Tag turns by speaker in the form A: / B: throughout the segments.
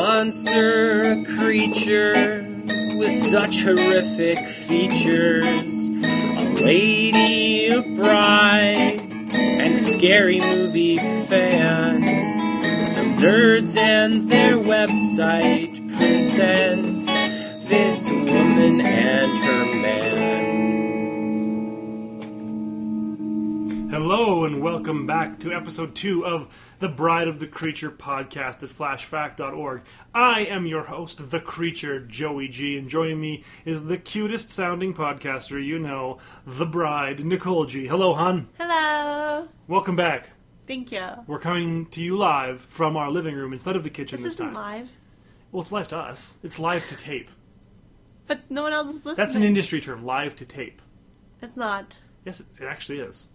A: monster, a creature with such horrific features. A lady, a bride, and scary movie fan. Some nerds and their website present this woman and her man.
B: Hello and welcome back to episode two of the Bride of the Creature podcast at flashfact.org. I am your host, the creature, Joey G, and joining me is the cutest sounding podcaster you know, the bride, Nicole G. Hello, hon.
C: Hello.
B: Welcome back.
C: Thank you.
B: We're coming to you live from our living room instead of the kitchen
C: This
B: this,
C: isn't
B: time.
C: live,
B: Well, it's live to us. It's live to tape.
C: but no one else is listening.
B: That's an industry term, live to tape.
C: it's not.
B: Yes, it it actually is.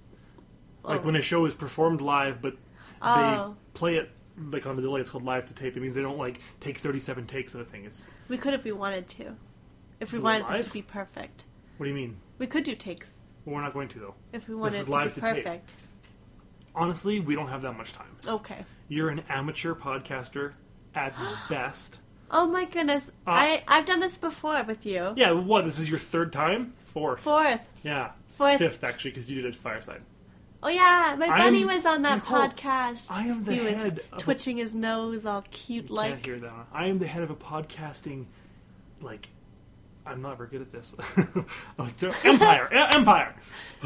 C: Oh.
B: Like when a show is performed live, but
C: Oh.
B: they play it like on the delay. It's called live to tape. It means they don't like take thirty-seven takes of a thing. It's
C: We could if we wanted to. If we
B: We're
C: wanted
B: live?
C: this to be perfect,
B: what do you mean?
C: we could do takes.
B: Well, we're not going to though.
C: If we wanted
B: is
C: it to
B: live to
C: be
B: tape.
C: perfect.
B: Honestly, we don't have that much time.
C: Okay.
B: You're an amateur podcaster at best.
C: Oh my goodness. I I've done this before with you.
B: Uh, Yeah, what? This is your third time? Fourth.
C: Fourth.
B: Yeah,
C: Fourth.
B: fifth actually, because you did it at Fireside.
C: Oh yeah, my
B: I'm-
C: bunny was on that
B: Nicole,
C: podcast.
B: I am the
C: he was
B: head of a-
C: twitching his nose, all cute
B: You
C: like.
B: can't hear that. one. I am the head of a podcasting, like, I'm not very good at this. I was doing Empire, E- Empire.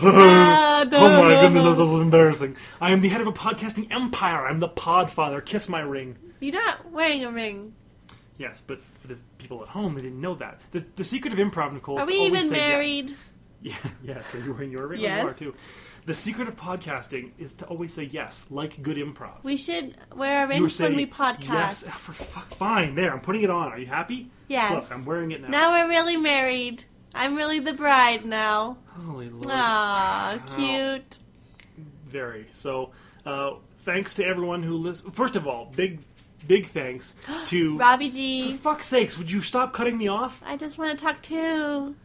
C: Ah, no.
B: Oh my goodness, that was embarrassing. I am the head of a podcasting empire. I'm the Podfather. Kiss my ring.
C: You're not wearing a ring.
B: Yes, but for the people at home, they didn't know that. The, the secret of improv, Nicole, is
C: Are
B: to
C: we
B: always
C: even
B: say yes.
C: married?
B: Yeah, yeah. So you're wearing your ring.
C: Yes.
B: You are too. The secret of podcasting is to always say yes, like good improv.
C: We should wear
B: You
C: rings when
B: say
C: we
B: Yes,
C: podcast.
B: for fuck, fine. There, I'm putting it on. Are you happy?
C: Yes.
B: Look, I'm wearing it now.
C: Now we're really married. I'm really the bride now.
B: Holy Lord.
C: Ah. Aw, cute.
B: Very. So, uh, thanks to everyone who listens. First of all, big, big thanks to.
C: Robbie
B: for
C: G.
B: fuck's sakes, would you stop cutting me off?
C: I just want to talk too.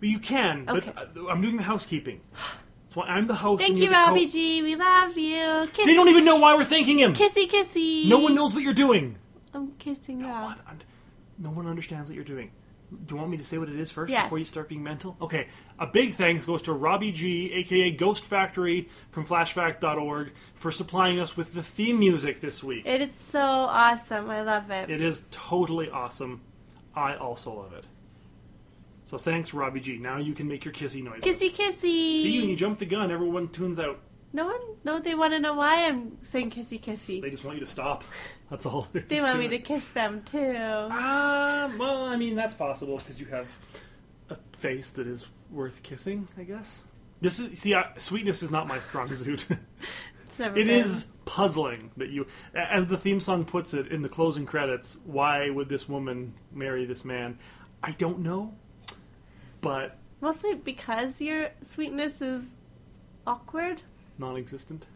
B: Well, You can,
C: Okay.
B: but uh, I'm doing the housekeeping. That's why I'm the host.
C: Thank
B: and
C: you,
B: you're the co-
C: Robbie G. We love you. Kiss,
B: They don't even know why we're thanking him.
C: kissy, kissy.
B: No one knows what you're doing.
C: I'm kissing you.
B: No one, un- no one understands what you're doing. Do you want me to say what it is first
C: Yes.
B: before you start being mental? Okay. A big thanks goes to Robbie G, aka Ghost Factory from flashfact.org, for supplying us with the theme music this week.
C: It is so awesome. I love it.
B: It is totally awesome. I also love it. So thanks, Robbie G. Now you can make your kissy noises.
C: Kissy, kissy.
B: See, when you jump the gun, everyone tunes out.
C: No one, no, they want to know why I'm saying kissy, kissy.
B: They just want you to stop. That's all. there
C: They
B: is
C: want me
B: it.
C: to kiss them too.
B: Ah, well, I mean that's possible because you have a face that is worth kissing, I guess. This is see, I, sweetness is not my strong suit.
C: It's never
B: it
C: been.
B: is puzzling that you, a- as the theme song puts it in the closing credits, why would this woman marry this man? I don't know, but
C: Mostly because your sweetness is awkward.
B: non-existent,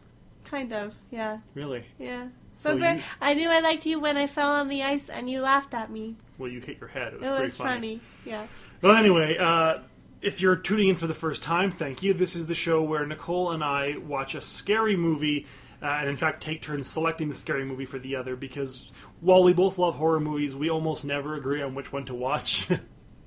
C: Kind of, yeah.
B: really.
C: Yeah.
B: So
C: Remember,
B: you-
C: I knew I liked you when I fell on the ice and you laughed at me.
B: Well, you hit your head. It was,
C: It
B: pretty
C: was funny. Yeah.
B: Well, anyway, uh, if you're tuning in for the first time, thank you. This is the show where Nicole and I watch a scary movie, uh, and in fact, take turns selecting the scary movie for the other because while we both love horror movies, we almost never agree on which one to watch.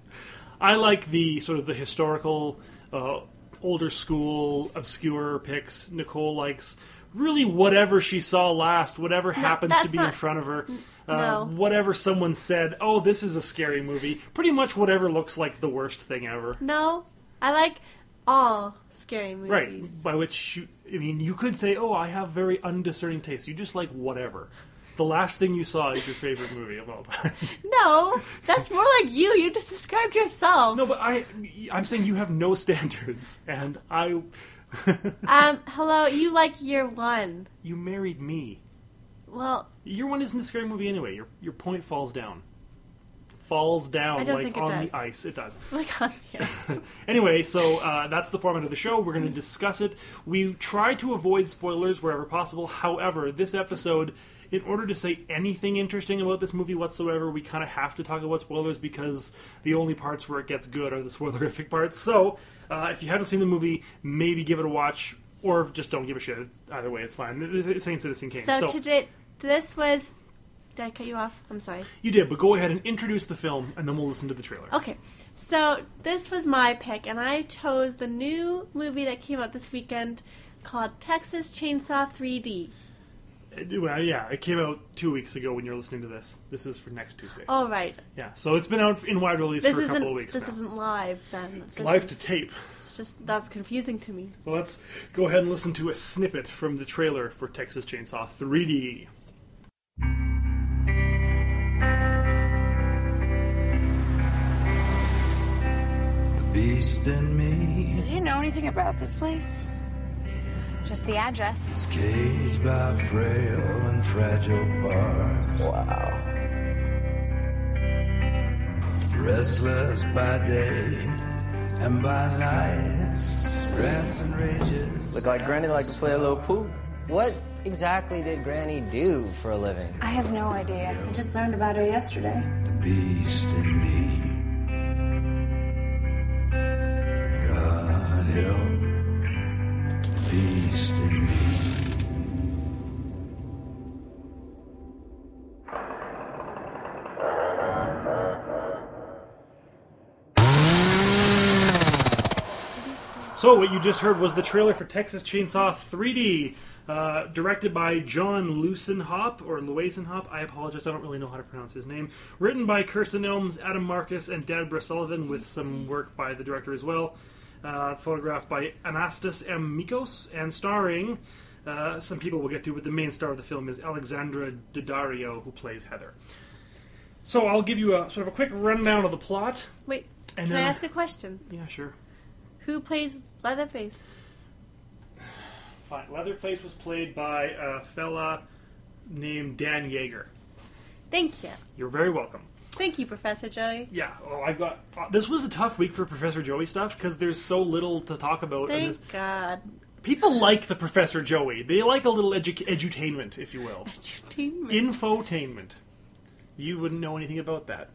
B: I like the sort of the historical, uh, older school, obscure picks. Nicole likes really whatever she saw last, whatever happens to
C: that's
B: be in
C: not-
B: front of her uh,
C: No.
B: whatever someone said, oh, this is a scary movie. Pretty much whatever looks like the worst thing ever.
C: No, I like all scary movies.
B: Right. By which, you, I mean, you could say, oh, I have very undiscerning tastes. You just like whatever. The last thing you saw is your favorite movie of all time.
C: No, that's more like you. You just described yourself.
B: No, but I, I'm saying you have no standards, and I,
C: Um, hello, you like year one.
B: you married me.
C: Well,
B: Year one isn't a scary movie anyway. Your your point falls down, falls down
C: I don't
B: like
C: think it
B: on
C: does.
B: the ice. It does.
C: like on the ice.
B: anyway, so uh, that's the format of the show. We're going to discuss it. We try to avoid spoilers wherever possible. However, this episode, in order to say anything interesting about this movie whatsoever, we kind of have to talk about spoilers because the only parts where it gets good are the spoilerific parts. So, uh, if you haven't seen the movie, maybe give it a watch. Or just don't give a shit. Either way, it's fine. It's Saint Citizen Kane.
C: So today, this was Did I cut you off? I'm sorry.
B: You did, but go ahead and introduce the film, and then we'll listen to the trailer.
C: Okay, so this was my pick, and I chose the new movie that came out this weekend called Texas Chainsaw 3D.
B: Uh, Well, yeah, it came out two weeks ago when you're listening to this. This is for next Tuesday.
C: All right,
B: Yeah, so it's been out in wide release
C: this
B: for a
C: isn't
B: couple of weeks
C: this
B: now.
C: isn't live then.
B: it's
C: This
B: live
C: is-
B: to tape.
C: It's just that's confusing to me.
B: Well, let's go ahead and listen to a snippet from the trailer for Texas Chainsaw 3D.
D: The beast in me
E: Did you know anything about this place?
F: Just the address.
D: is caged by frail and fragile bars. Wow. Restless by day and by night, rants and rages.
G: Look like Granny likes to play a little pool.
H: What exactly did Granny do for a living?
F: I have no idea. I just learned about her yesterday.
D: the beast in me. God help the beast in me.
B: So, what you just heard was the trailer for Texas Chainsaw 3D, uh, directed by John Lusenhop, or Luisenhop. I apologize, I don't really know how to pronounce his name. Written by Kirsten Elms, Adam Marcus, and Deborah Sullivan, with some work by the director as well. Uh, photographed by Anastas M. Mikos, and starring uh, some people we'll get to, but the main star of the film is Alexandra Daddario, who plays Heather. So, I'll give you a sort of a quick rundown of the plot.
C: Wait,
B: And,
C: can I
B: uh,
C: ask a question?
B: Yeah, sure.
C: Who plays Leatherface?
B: Fine. Leatherface was played by a fella named Dan Yeager.
C: Thank you,
B: You're very welcome.
C: thank you, Professor Joey.
B: Yeah. Oh, I got. Uh, this was a tough week for Professor Joey stuff because there's so little to talk about. and
C: Thank
B: this-
C: God.
B: people like the Professor Joey. They like a little edu- edutainment, if you will,
C: Entertainment.
B: infotainment. You wouldn't know anything about that,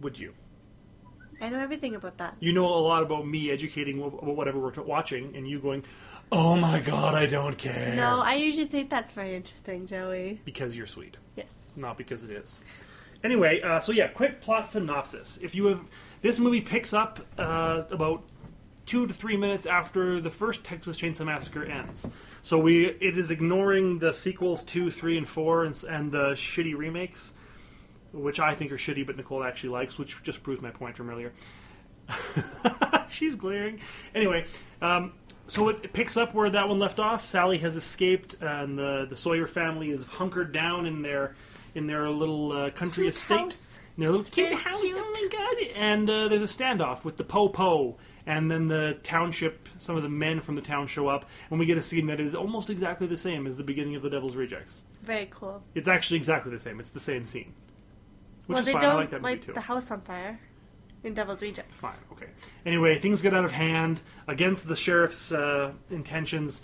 B: would you?
C: I know everything about that.
B: You know a lot about me educating wh- about whatever we're t- watching, and you going, "Oh my God, I don't care,"
C: No, I usually think that's very interesting, Joey.
B: because you're sweet.
C: Yes.
B: not because it is. Anyway, uh, so yeah, quick plot synopsis. If you have this movie picks up uh, about two to three minutes after the first Texas Chainsaw Massacre ends, so we it is ignoring the sequels two, three, and four, and, s- and the shitty remakes, which I think are shitty, but Nicole actually likes, which just proves my point from earlier. She's glaring. Anyway, um, so it picks up where that one left off. Sally has escaped, and the the Sawyer family is hunkered down in their in their little uh, country
C: Cute
B: estate,
C: house.
B: in their little cute
C: very
B: house.
C: cute.
B: Oh my god! And uh, there's a standoff with the po po, and then the township. Some of the men from the town show up, and we get a scene that is almost exactly the same as the beginning of The Devil's Rejects.
C: Very cool.
B: It's actually exactly the same. It's the same scene, which
C: well,
B: is
C: they
B: fine.
C: don't
B: I like that movie too.
C: the house on fire in Devil's Rejects.
B: Fine. Okay. Anyway, things get out of hand against the sheriff's uh, intentions.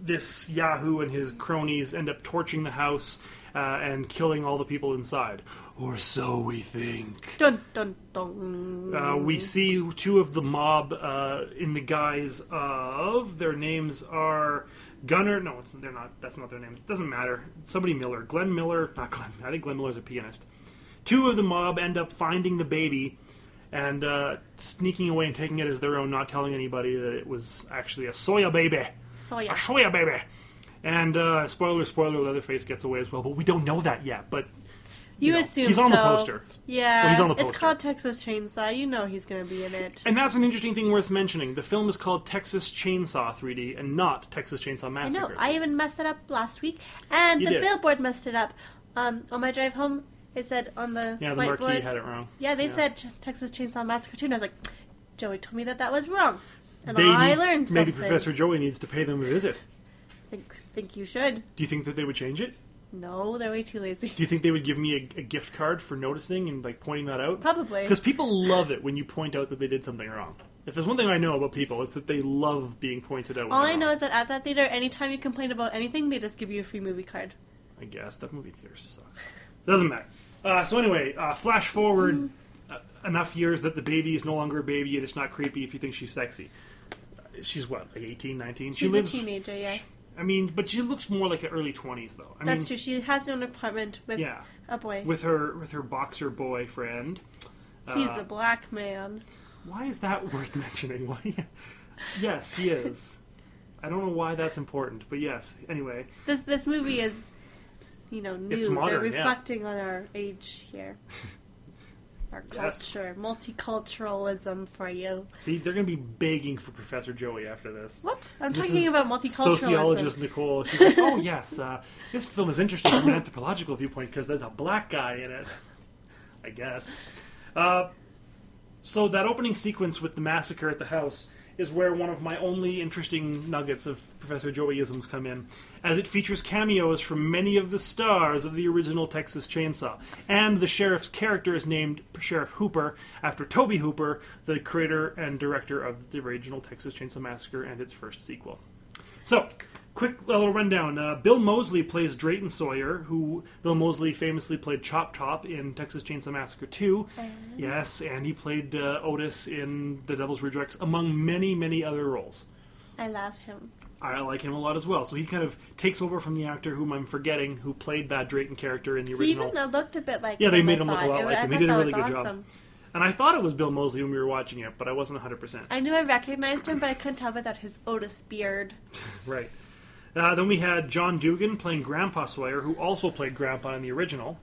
B: This Yahoo and his cronies end up torching the house uh, and killing all the people inside, or so we think.
C: Dun dun dun.
B: Uh, we see two of the mob uh, in the guise of their names are Gunner. No, it's, they're not. That's not their names. doesn't matter. Somebody Miller, Glenn Miller, not Glenn. I think Glenn Miller's a pianist. Two of the mob end up finding the baby and uh, sneaking away and taking it as their own, not telling anybody that it was actually a soya baby.
C: So yeah,
B: A soya baby. And uh, spoiler, spoiler, Leatherface gets away as well, but we don't know that yet. But
C: you,
B: know,
C: assume
B: he's on the
C: so.
B: poster.
C: Yeah,
B: Well, he's on the
C: It's
B: poster.
C: called Texas Chainsaw. You know he's gonna be in it.
B: And that's an interesting thing worth mentioning. The film is called Texas Chainsaw 3D and not Texas Chainsaw
C: I know.
B: Massacre.
C: I even messed that up last week, and
B: You
C: the
B: did.
C: billboard messed it up. Um, on my drive home, it said on the
B: yeah, the
C: whiteboard.
B: marquee had it wrong.
C: Yeah, they
B: Yeah.
C: said Ch- Texas Chainsaw Massacre too, and I was like, Joey told me that that was wrong, and
B: They
C: I
B: need-
C: learned something.
B: maybe Professor Joey needs to pay them a visit.
C: Think think you should.
B: Do you think that they would change it?
C: No, they're way too lazy.
B: Do you think they would give me a, a gift card for noticing and like pointing that out?
C: Probably.
B: Because people love it when you point out that they did something wrong. If there's one thing I know about people, it's that they love being pointed out. when
C: All
B: they're
C: I know
B: wrong.
C: is that at that theater, anytime you complain about anything, they just give you a free movie card.
B: I guess that movie theater sucks. Doesn't matter. Uh, so anyway, uh, flash forward
C: Mm.
B: uh, enough years that the baby is no longer a baby and it's not creepy if you think she's sexy. Uh, She's what, like 18, 19?
C: She's a teenager, yes.
B: I mean, but she looks more like an early twenties though. I
C: That's
B: mean,
C: true. She has her own apartment with
B: Yeah.
C: a boy.
B: With her with her boxer boyfriend.
C: He's
B: uh,
C: a black man.
B: Why is that worth mentioning? Why? yes, he is. I don't know why that's important, but yes. Anyway,
C: This this movie is, you know, new.
B: It's modern,
C: They're
B: yeah.
C: reflecting on our age here, our
B: Yes.
C: culture, multiculturalism for you.
B: see, they're going to be begging for Professor Joey after this.
C: What I'm
B: This
C: talking
B: is
C: about multiculturalism.
B: Sociologist Nicole, she's like, oh yes, uh, this film is interesting from an anthropological viewpoint because there's a black guy in it. I guess. Uh, so that opening sequence with the massacre at the house is where one of my only interesting nuggets of Professor Joeyisms come in, as it features cameos from many of the stars of the original Texas Chainsaw, and the sheriff's character is named Sheriff Hooper after Toby Hooper, the creator and director of the original Texas Chainsaw Massacre and its first sequel. So, quick little rundown. Uh, Bill Mosley plays Drayton Sawyer, who Bill Mosley famously played Chop Top in Texas Chainsaw Massacre 2. Yes, and he played uh, Otis in The Devil's Rejects, among many, many other roles.
C: I love him.
B: I like him a lot as well. So he kind of takes over from the actor whom I'm forgetting, who played that Drayton character in the
C: He
B: original.
C: even uh, looked a bit like.
B: Yeah, they
C: I
B: made him look a
C: thought.
B: lot
C: It-
B: like
C: I
B: him. He
C: thought
B: did a
C: that
B: really
C: was
B: good job.
C: awesome.
B: and I thought it was Bill Mosley when we were watching it, but I wasn't 100%.
C: I knew I recognized him, but I couldn't tell without his Otis beard.
B: Right. Uh, then we had John Dugan playing Grandpa Sawyer, who also played Grandpa in the original.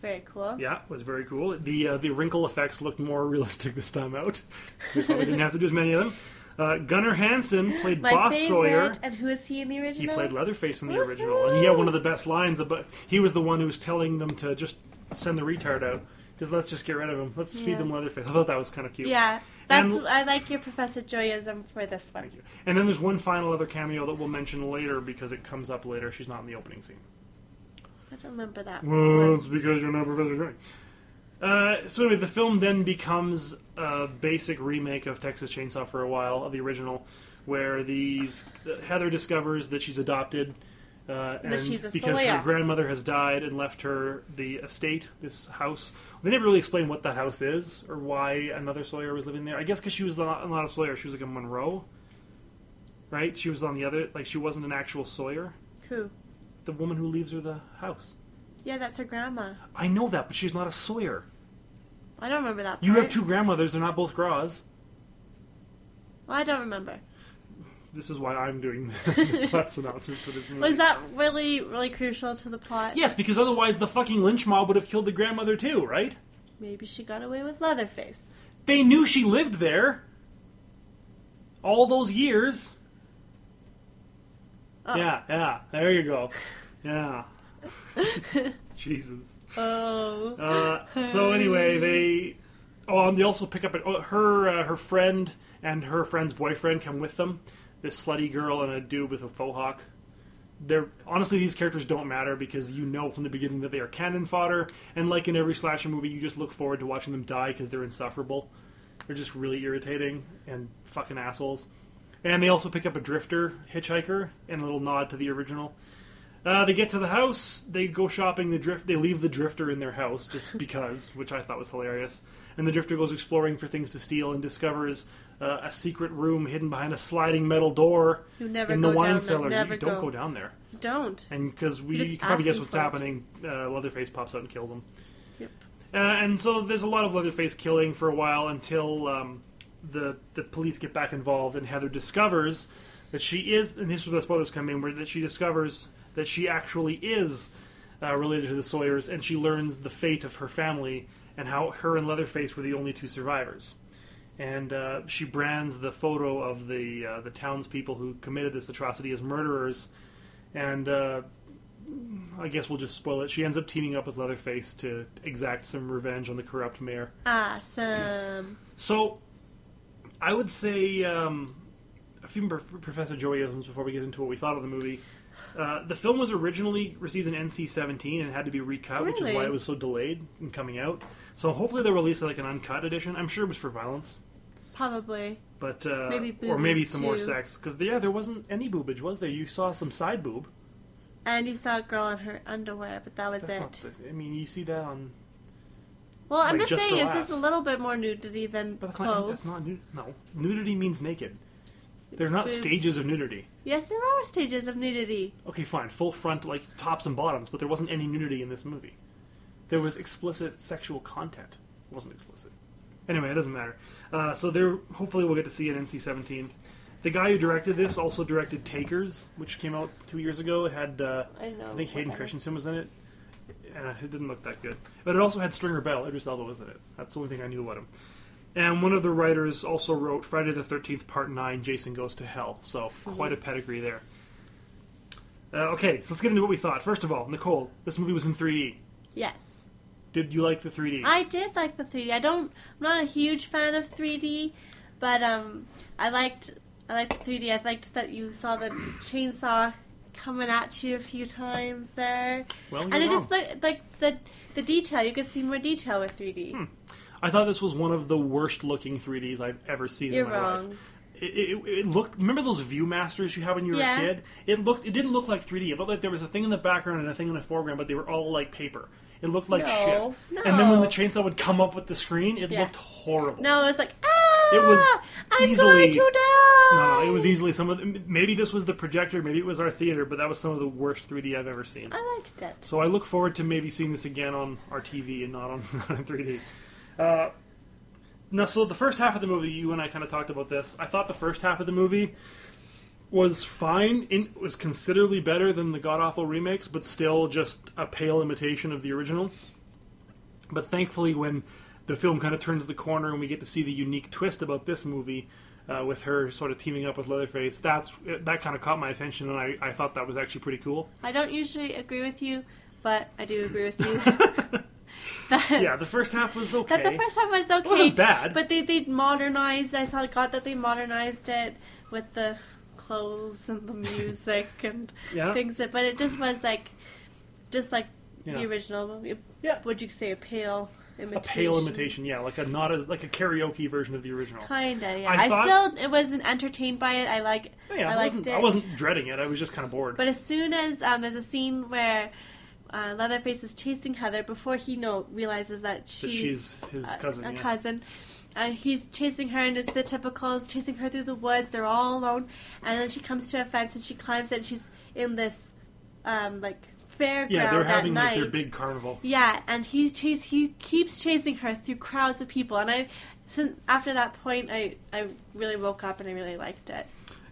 C: Very cool.
B: Yeah, it was very cool. The uh, the wrinkle effects looked more realistic this time out. We probably didn't have to do as many of them. Uh, Gunnar Hansen played
C: My
B: Boss
C: favorite.
B: Sawyer.
C: And who is he in the
B: He
C: original?
B: played Leatherface in the original, and he had one of the best lines. About he was the one who was telling them to just send the retard out. Just let's just get rid of him. Let's
C: Yeah.
B: feed them Leatherface. I thought that was kind of cute.
C: Yeah, that's.
B: And-
C: I like your Professor Joyism for this one.
B: And then there's one final other cameo that we'll mention later because it comes up later. She's not in the opening scene.
C: I don't remember that.
B: Well,
C: one.
B: it's because you're not Professor Drake. Uh, so anyway, the film then becomes a basic remake of Texas Chainsaw for a while of the original, where these uh, Heather discovers that she's adopted, uh, and
C: she's a
B: because her
C: Sawyer.
B: grandmother has died and left her the estate, this house. They never really explain what that house is or why another Sawyer was living there. I guess because she was not, not a Sawyer, she was like a Monroe, right? She was on the other, like she wasn't an actual Sawyer.
C: Who?
B: The woman who leaves her the house.
C: Yeah, that's her grandma.
B: I know that, but she's not a Sawyer.
C: I don't remember that.
B: You have
C: part.
B: two grandmothers, they're not both Graws.
C: I don't remember.
B: This is why I'm doing the plot synopsis for this movie.
C: Was that really, really crucial to the plot?
B: Yes, because otherwise the fucking lynch mob would have killed the grandmother too, right?
C: Maybe she got away with Leatherface.
B: They knew she lived there. All those years.
C: Oh.
B: Yeah, yeah. There you go. Yeah. Jesus.
C: Oh.
B: Uh, so anyway, they oh, and they also pick up oh, her uh, her friend and her friend's boyfriend come with them. This slutty girl and a dude with a faux hawk. They're honestly these characters don't matter because you know from the beginning that they are cannon fodder, and like in every slasher movie, you just look forward to watching them die because they're insufferable. They're just really irritating and fucking assholes. And they also pick up a drifter hitchhiker and a little nod to the original. Uh, they get to the house. They go shopping. The drift. They leave the drifter in their house just because, which I thought was hilarious. And the drifter goes exploring for things to steal and discovers uh, a secret room hidden behind a sliding metal door
C: You never
B: in the
C: go
B: wine
C: down there,
B: cellar.
C: never
B: you don't
C: go.
B: go. down there.
C: Don't.
B: And because we
C: You're just
B: you can probably guess
C: asking
B: what's
C: for it.
B: happening, uh, Leatherface pops out and kills him.
C: Yep.
B: Uh, and so there's a lot of Leatherface killing for a while until um, the the police get back involved and Heather discovers that she is, and this is where the spoilers come in, where that she discovers that she actually is uh, related to the Sawyers, and she learns the fate of her family and how her and Leatherface were the only two survivors. And uh, she brands the photo of the uh, the townspeople who committed this atrocity as murderers, and uh, I guess we'll just spoil it. She ends up teaming up with Leatherface to exact some revenge on the corrupt mayor.
C: Awesome.
B: So, I would say um, a few more Professor Joeyisms before we get into what we thought of the movie. Uh, the film was originally received an NC-17 and had to be recut, which is why
C: Really?
B: it was so delayed in coming out. So hopefully they'll release like an uncut edition. I'm sure it was for violence,
C: Probably.
B: but uh,
C: Maybe
B: or maybe
C: boobies,
B: some more
C: too.
B: sex because yeah, there wasn't any boobage, was there? You saw some side boob.
C: And you saw a girl in her underwear, but that was
B: That's
C: it.
B: not. the- I mean, you see that on,
C: well, I'm
B: like,
C: just
B: just
C: saying,
B: her
C: it's just a
B: ass.
C: little bit more nudity than
B: but that's
C: clothes.
B: not. That's not. nu- No, nudity means naked. There's not
C: Boobs.
B: stages of nudity.
C: Yes, there are stages of nudity.
B: Okay, fine, full front, like tops and bottoms, but there wasn't any nudity in this movie. There was explicit sexual content. It wasn't explicit. Anyway, it doesn't matter. Uh, so there, hopefully, we'll get to see an NC-17. The guy who directed this also directed Takers, which came out two years ago. It had, uh,
C: I don't know.
B: I think
C: what
B: Hayden
C: that is.
B: Christensen was in it. Uh, it didn't look that good, but it also had Stringer Bell. Idris Elba was in it. That's the only thing I knew about him. And one of the writers also wrote Friday the Thirteenth Part Nine: Jason Goes to Hell. So quite a
C: Mm-hmm.
B: pedigree there. Uh, okay, so let's get into what we thought. First of all, Nicole, this movie was in 3D.
C: Yes.
B: Did you like the 3D?
C: I did like the 3D. I don't. I'm not a huge fan of 3D, but um, I liked. I liked the 3D. I liked that you saw the chainsaw coming at you a few times there,
B: well,
C: and it just looked like the the detail. You could see more detail with 3D.
B: Hmm. I thought this was one of the worst looking 3Ds I've ever seen
C: You're
B: in my
C: wrong.
B: life. It, it, it looked. Remember those ViewMasters you had when you were
C: Yeah.
B: a kid? It looked. It didn't look like 3D. It looked like there was a thing in the background and a thing in the foreground, but they were all like paper. It looked like
C: No,
B: shit. And then when the
C: no.
B: chainsaw would come up with the screen, it
C: Yeah.
B: looked horrible.
C: No, it was like ah,
B: It was
C: I'm
B: easily-
C: going to die.
B: No, it was e- easily some of. The, maybe this was the projector. Maybe it was our theater, but that was some of the worst 3D I've ever seen.
C: I liked it.
B: So I look forward to maybe seeing this again on our TV and not on, not on 3D. Uh, now, so the first half of the movie, you and I kind of talked about this. I thought the first half of the movie was fine. It was considerably better than the god awful remakes, but still just a pale imitation of the original. But thankfully, when the film kind of turns the corner and we get to see the unique twist about this movie, uh, with her sort of teaming up with Leatherface, that's that kind of caught my attention, and I, I thought that was actually pretty cool.
C: I don't usually agree with you, but I do agree with you. that,
B: Yeah, the first half was okay.
C: That the first time was okay.
B: wasn't bad.
C: But they they modernized. I saw God that they modernized it with the clothes and the music and
B: Yeah.
C: things. That, but it just was like, just like
B: Yeah.
C: the original movie.
B: Yeah.
C: Would you say a pale imitation?
B: a pale imitation, yeah, like a not as like a karaoke version of the original.
C: Kinda. Yeah.
B: I
C: I,
B: thought- Oh,
C: still it wasn't entertained by it. I like.
B: Yeah,
C: I,
B: I,
C: liked
B: wasn't,
C: it.
B: I wasn't dreading it. I was just kind of bored.
C: But as soon as um, there's a scene where uh, Leatherface is chasing Heather before he know realizes that she's,
B: that she's his
C: a-
B: cousin.
C: Uh, a
B: yeah.
C: cousin. And he's chasing her, and it's the typical chasing her through the woods. They're all alone, and then she comes to a fence, and she climbs, it, and she's in this um, like fairground
B: Yeah, they're having
C: at
B: like
C: night.
B: their big carnival.
C: Yeah, and he's chase he keeps chasing her through crowds of people, and I since after that point, I I really woke up and I really liked it.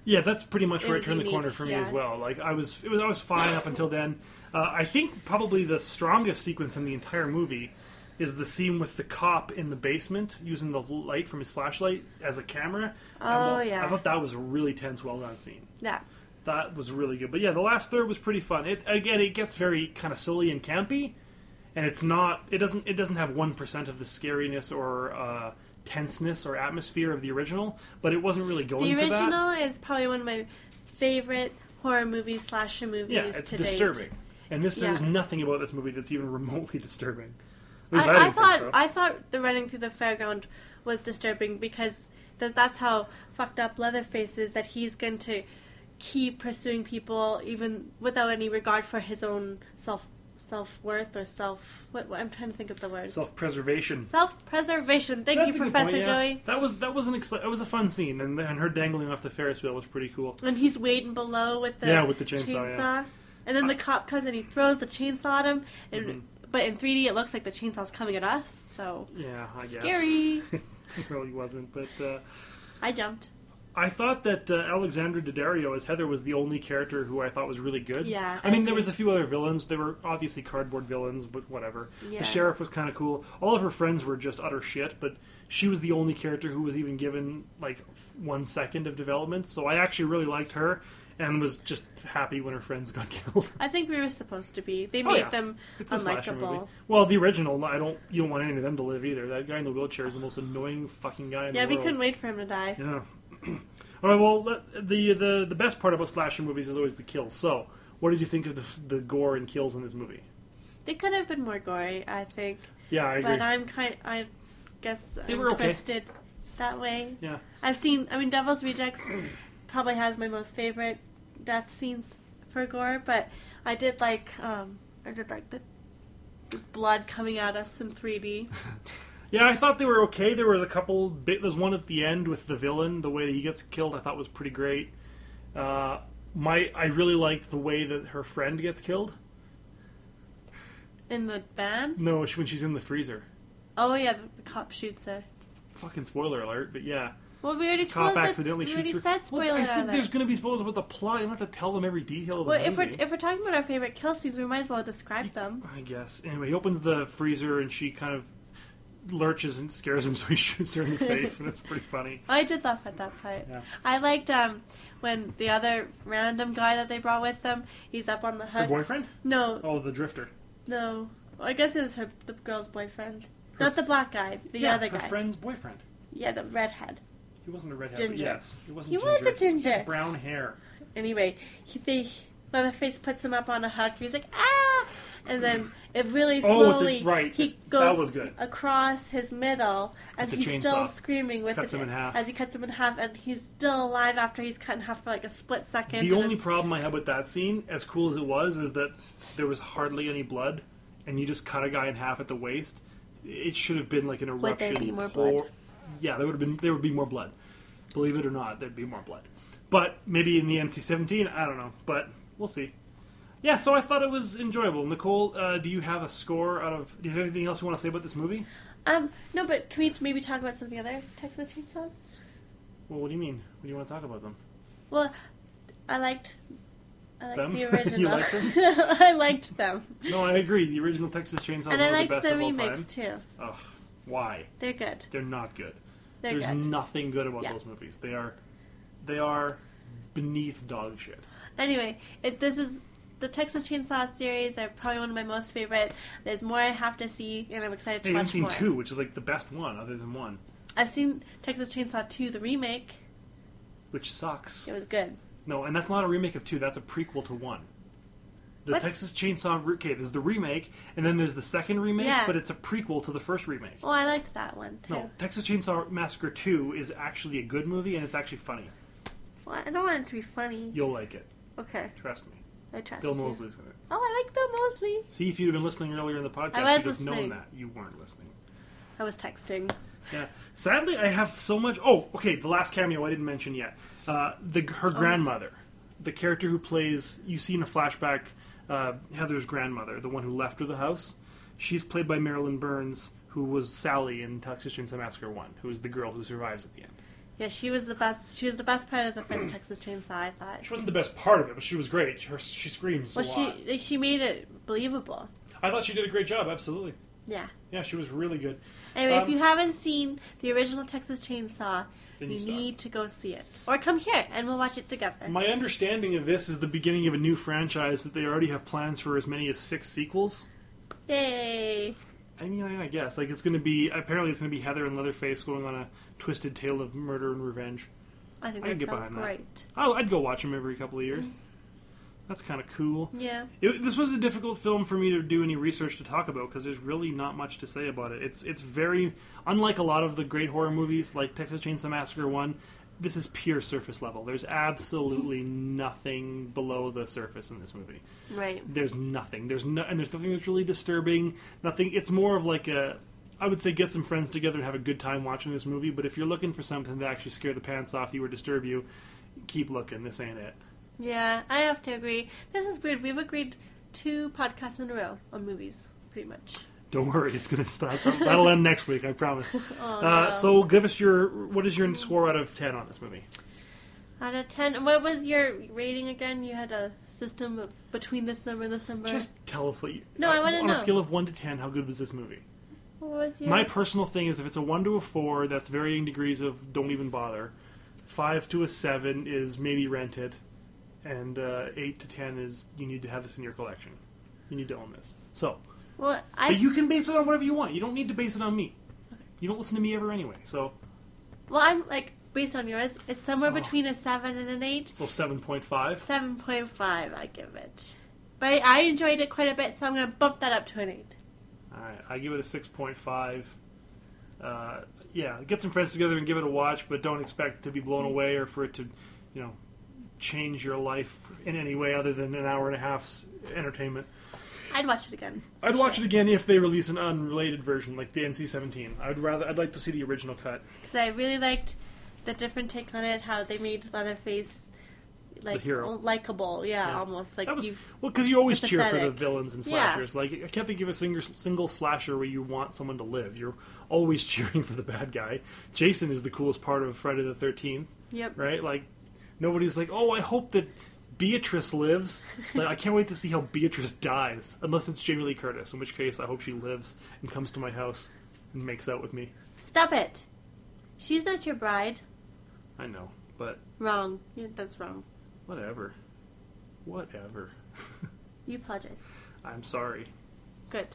B: Yeah, that's pretty much
C: It
B: where it
C: was
B: turned the
C: unique,
B: corner for me
C: yeah.
B: as well. Like I was, it was I was fine up until then. Uh, I think probably the strongest sequence in the entire movie is the scene with the cop in the basement using the light from his flashlight as a camera. And
C: Oh,
B: well,
C: yeah.
B: I thought that was a really tense, well done scene.
C: Yeah,
B: that was really good. But yeah, the last third was pretty fun. It again, it gets very kind of silly and campy, and it's not. It doesn't. It doesn't have one percent of the scariness or uh, tenseness or atmosphere of the original. But it wasn't really going
C: the
B: for that.
C: original is probably one of my favorite horror movies slasher movies.
B: Yeah, it's
C: to date.
B: disturbing. And this there's
C: Yeah.
B: nothing about this movie that's even remotely disturbing. At least
C: I, I
B: didn't think
C: thought
B: so.
C: I thought the running through the fairground was disturbing because th- that's how fucked up Leatherface is that he's going to keep pursuing people even without any regard for his own self self worth or self what, what I'm trying to think of the words
B: self-preservation.
C: self preservation. Thank
B: That's
C: you,
B: a good
C: Professor
B: point, yeah.
C: Joey.
B: That was that was an exci- that was a fun scene, and, and her dangling off the Ferris wheel was pretty cool.
C: And he's wading below with the
B: Yeah, with the chainsaw, yeah.
C: chainsaw. And then the cop comes and he throws the chainsaw at him. And
B: Mm-hmm.
C: but in 3D it looks like the chainsaw's coming at us. So
B: Yeah, I guess
C: scary.
B: it really wasn't, but. Uh,
C: I jumped.
B: I thought that uh, Alexandra Daddario as Heather was the only character who I thought was really good.
C: Yeah,
B: I,
C: I
B: mean, there
C: agree.
B: was a few other villains. They were obviously cardboard villains, but whatever.
C: Yeah.
B: The sheriff was kind of cool. All of her friends were just utter shit, but she was the only character who was even given like f- one second of development. So I actually really liked her and was just happy when her friends got killed.
C: I think we were supposed to be. They
B: Oh,
C: made
B: yeah.
C: them
B: It's a slasher movie.
C: unlikable.
B: Well, the original, I don't. You don't want any of them to live either. That guy in the wheelchair is the most annoying fucking guy in
C: Yeah,
B: the world.
C: we couldn't wait for him to die.
B: Yeah. All right. Well, let- the the the best part about slasher movies is always the kills. So, what did you think of the the gore and kills in this movie?
C: They could have been more gory, I think.
B: Yeah, I agree.
C: But I'm kind. I guess
B: They
C: I'm
B: were okay.
C: twisted that way.
B: yeah.
C: I've seen. I mean, Devil's Rejects probably has my most favorite death scenes for gore, but I did like. um I did like the, the blood coming at us in 3D.
B: Yeah, I thought they were okay. There was a couple. Bit, there's one at the end with the villain. The way that he gets killed, I thought was pretty great. Uh, my, I really liked the way that her friend gets killed.
C: in the van.
B: No, she, when she's in the freezer.
C: Oh yeah, the, the cop shoots her.
B: Fucking spoiler alert, but yeah.
C: Well, we already
B: Cop
C: told that-
B: accidentally
C: we
B: shoots
C: already
B: her.
C: said
B: Well,
C: spoiler
B: I said
C: alert.
B: there's going to be spoilers about the plot. You don't have to tell them every detail of the
C: Well, if we're
B: movie.
C: if we're talking about our favorite kill scenes, we might as well describe them.
B: I guess. Anyway, he opens the freezer and she kind of lurches and scares him, so he shoots her in the face, and it's pretty funny.
C: I did laugh at that part.
B: Yeah.
C: I liked um when the other random guy that they brought with them, he's up on the
B: Her
C: hook.
B: boyfriend?
C: no,
B: Oh, the drifter.
C: no. I guess it was her the girl's boyfriend. Not the black guy, the
B: yeah,
C: other
B: her
C: guy.
B: friend's boyfriend.
C: Yeah, the redhead.
B: He wasn't a redhead.
C: Ginger.
B: But yes, he wasn't.
C: He was a ginger.
B: He had brown hair.
C: Anyway, he, they Leatherface puts him up on a hook. He's like ah, and then it really
B: Oh, with the-
C: slowly
B: right.
C: he
B: That
C: goes
B: was good.
C: across his middle, and
B: the
C: he's still
B: chainsaw.
C: screaming with
B: Cuts
C: the,
B: him in half.
C: as he cuts him in half, and he's still alive after he's cut in half for like a split second.
B: The
C: and
B: only
C: it's-
B: problem I had with that scene, as cool as it was, is that there was hardly any blood, and you just cut a guy in half at the waist. It should have been like an eruption.
C: there be more
B: pour-
C: blood?
B: Yeah, there would have been. There would be more blood. Believe it or not, there'd be more blood. But maybe in the NC-17, I don't know. But we'll see. Yeah, so I thought it was enjoyable. Nicole, uh, do you have a score out of? Do you have anything else you want to say about this movie?
C: Um, no, but can we maybe talk about some of the other Texas chainsaws?
B: Well, what do you mean? What do you want to talk about them?
C: Well, I liked, I liked
B: Them?
C: the
B: You
C: original.
B: liked them?
C: I liked them,
B: No, I agree. The original Texas Chainsaw is one
C: and I
B: of
C: liked
B: the
C: the,
B: best of all time.
C: remakes too.
B: Ugh, why?
C: They're good.
B: They're not good.
C: They're
B: There's
C: good.
B: nothing good about
C: Yeah.
B: those movies. They are, they are beneath dog shit.
C: Anyway, it, this is the Texas Chainsaw series. Are probably one of my most favorite. There's more I have to see, and I'm excited to
B: Hey, I've
C: watch
B: seen
C: more.
B: two, which is like the best one, other than one,
C: I've seen Texas Chainsaw Two, the remake.
B: which sucks.
C: It was good.
B: No, and that's not a remake of two. That's a prequel to one. The
C: What?
B: Texas Chainsaw Re- okay, there's the remake, and then there's the second remake,
C: Yeah.
B: but it's a prequel to the first remake.
C: Oh, I liked that one too.
B: No, Texas Chainsaw Massacre Two is actually a good movie, and it's actually funny.
C: Well, I don't want it to be funny.
B: You'll like it,
C: Okay,
B: trust me.
C: I trust
B: Bill
C: you.
B: Mosley's in it.
C: Oh, I like Bill Mosley.
B: See, if you'd been listening earlier in the podcast,
C: I was
B: you'd have known
C: listening.
B: that you weren't listening.
C: I was texting.
B: Yeah. Sadly, I have so much. Oh, okay. The last cameo I didn't mention yet. Uh, the
C: Oh.
B: her grandmother, the character who plays you see in a flashback, uh, Heather's grandmother, the one who left her the house. She's played by Marilyn Burns, who was Sally in Texas Chainsaw Massacre One, who is the girl who survives at the end.
C: Yeah, she was the best. She was the best part of the first Texas Chainsaw. I thought.
B: She wasn't the best part of it, but she was great. Her, she screams
C: Well,
B: a lot.
C: she like, she made it believable.
B: I thought she did a great job. Absolutely.
C: Yeah.
B: Yeah, she was really good.
C: Anyway, if
B: Um,
C: you haven't seen the original Texas Chainsaw,
B: Then
C: you,
B: you suck.
C: need to go see it, or come here and we'll watch it together.
B: My understanding of this is the beginning of a new franchise that they already have plans for as many as six sequels.
C: Yay!
B: I mean, I I guess like it's going to be apparently it's going to be Heather and Leatherface going on a twisted tale of murder and revenge.
C: I think
B: I can
C: that
B: get
C: sounds
B: behind that.
C: great.
B: Oh, I'd go watch them every couple of years. That's kind of cool.
C: Yeah,
B: It, this was a difficult film for me to do any research to talk about because there's really not much to say about it. It's it's very unlike a lot of the great horror movies like Texas Chainsaw Massacre One. This is pure surface level. There's absolutely nothing below the surface in this movie
C: right.
B: there's nothing. There's no, and there's nothing that's really disturbing. Nothing. It's more of like a. I would say get some friends together and have a good time watching this movie. But if you're looking for something that actually scare the pants off you or disturb you, keep looking. This ain't it.
C: Yeah, I have to agree. This is weird. We've agreed two podcasts in a row on movies, pretty much.
B: Don't worry, it's gonna stop. That'll end next week, I promise.
C: Oh,
B: uh, so give us your what is your score out of ten on this movie?
C: Out of ten, what was your rating again? You had a system of between this number and this number.
B: Just tell us what you.
C: No, I wanna
B: on
C: know.
B: a scale of one to ten. How good was this movie?
C: what was your
B: My personal thing is if it's a one to a four, that's varying degrees of don't even bother. Five to a seven is maybe rent it, and uh, eight to ten is you need to have this in your collection. You need to own this. So,
C: well, I
B: but you can base it on whatever you want. You don't need to base it on me. You don't listen to me ever anyway. So,
C: well, I'm like based on yours. It's
B: Oh.
C: somewhere between a seven and an eight.
B: so seven point five.
C: Seven point five, I give it. But I enjoyed it quite a bit, so I'm gonna bump that up to an eight.
B: All right, I give it a six point five. Uh, yeah, get some friends together and give it a watch, but don't expect to be blown away or for it to, you know, change your life in any way other than an hour and a half's entertainment.
C: I'd watch it again.
B: I'd watch it again if they release an unrelated version, like the NC-17. I'd rather, I'd like to see the original cut,
C: because I really liked the different take on it, how they made Leatherface like
B: hero.
C: likable, yeah,
B: Yeah.
C: almost like
B: That was
C: you.
B: well because you always cheer for the
C: sympathetic.
B: villains and
C: Yeah.
B: slashers. Like I can't think of a single, single slasher where you want someone to live. You're always cheering for the bad guy. Jason is the coolest part of Friday the Thirteenth,
C: Yep.
B: right? Like nobody's like, oh, I hope that Beatrice lives. It's like I can't wait to see how Beatrice dies, unless it's Jamie Lee Curtis, in which case I hope she lives and comes to my house and makes out with me.
C: Stop it. She's not your bride.
B: I know, but
C: Wrong. Yeah, That's wrong.
B: whatever, whatever.
C: You apologize.
B: I'm sorry.
C: Good.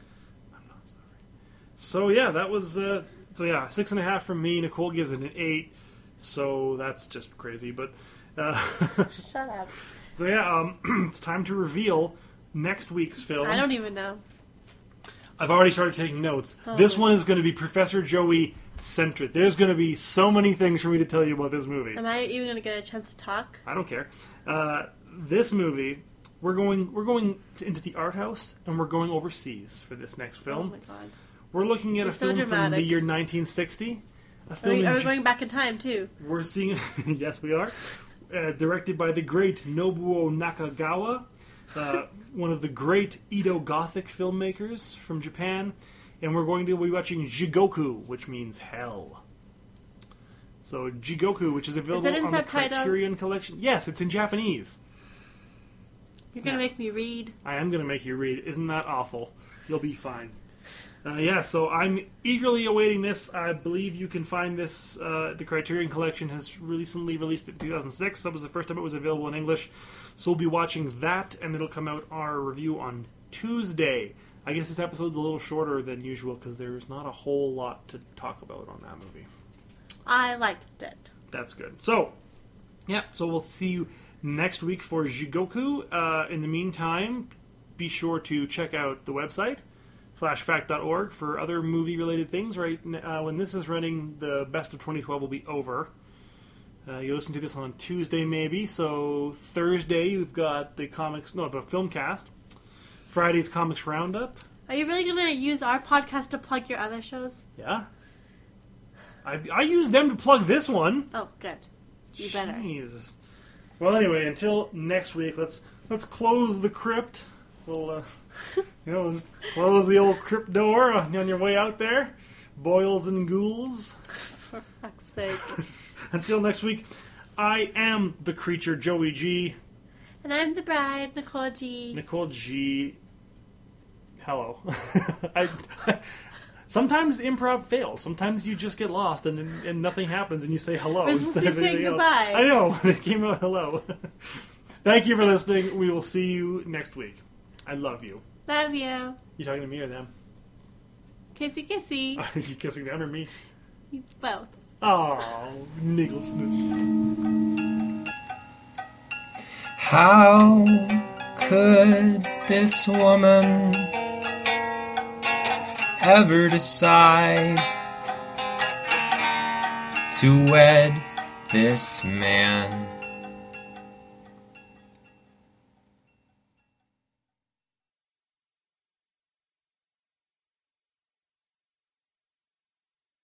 B: I'm not sorry. So yeah, that was uh, so yeah, six and a half from me. Nicole gives it an eight, so that's just crazy. But uh,
C: Shut up.
B: so yeah, um, it's time to reveal next week's film.
C: I don't even know.
B: I've already started taking notes. This
C: Oh.
B: one is going to be Professor Joey centric. There's going to be so many things for me to tell you about this movie.
C: Am I even gonna get a chance to talk?
B: I don't care. Uh, this movie, we're going we're going into the art house and we're going overseas for this next
C: Oh
B: film.
C: my god.
B: We're looking at a
C: It's so
B: film from the
C: dramatic.
B: year 1960. A
C: Are
B: film
C: we,
B: in
C: are we
B: J-
C: going back in time too?
B: We're seeing, yes, we are. Uh, directed by the great Nobuo Nakagawa, uh, one of the great Edo Gothic filmmakers from Japan, and we're going to be watching Jigoku, which means hell. So Jigoku, which is available
C: in
B: on
C: subtitles?
B: the Criterion Collection. Yes, it's in Japanese.
C: You're gonna
B: Yeah.
C: make me read.
B: I am going to make you read. Isn't that awful? You'll be fine. Uh, yeah, so I'm eagerly awaiting this. I believe you can find this. Uh, the Criterion Collection has recently released it in 2006. That was the first time it was available in English. So we'll be watching that, and it'll come out our review on Tuesday. I guess this episode's a little shorter than usual because there's not a whole lot to talk about on that movie.
C: I liked it.
B: That's good. So, yeah, so we'll see you next week for Jigoku. Uh, in the meantime, be sure to check out the website, flashfact.org, for other movie related things. Right n- uh, when this is running, the best of 2012 will be over. Uh, you listen to this on Tuesday, maybe. So, Thursday, you've got the comics, no, the film cast. Friday's comics roundup.
C: Are you really gonna use our podcast to plug your other shows?
B: Yeah. I, I use them to plug this one.
C: Oh, good. You better.
B: Jeez. Well, anyway, until next week, let's let's close the crypt. We'll, uh, you know, just close the old crypt door on on your way out there. Boils and ghouls.
C: For fuck's sake.
B: Until next week, I am the creature, Joey G.
C: and I'm the bride, Nicole G.
B: Nicole G. Hello. I, sometimes improv fails. Sometimes you just get lost and, and nothing happens, and you say hello.
C: We're supposed to
B: instead
C: be
B: of anything else.
C: saying goodbye.
B: I know. It came out hello. Thank you for listening. We will see you next week. I love you.
C: Love you.
B: You talking to me or them?
C: Kissy kissy.
B: Are you kissing them or me?
C: Both.
B: Oh, niggle snitch.
A: How could this woman ever decide to wed this man?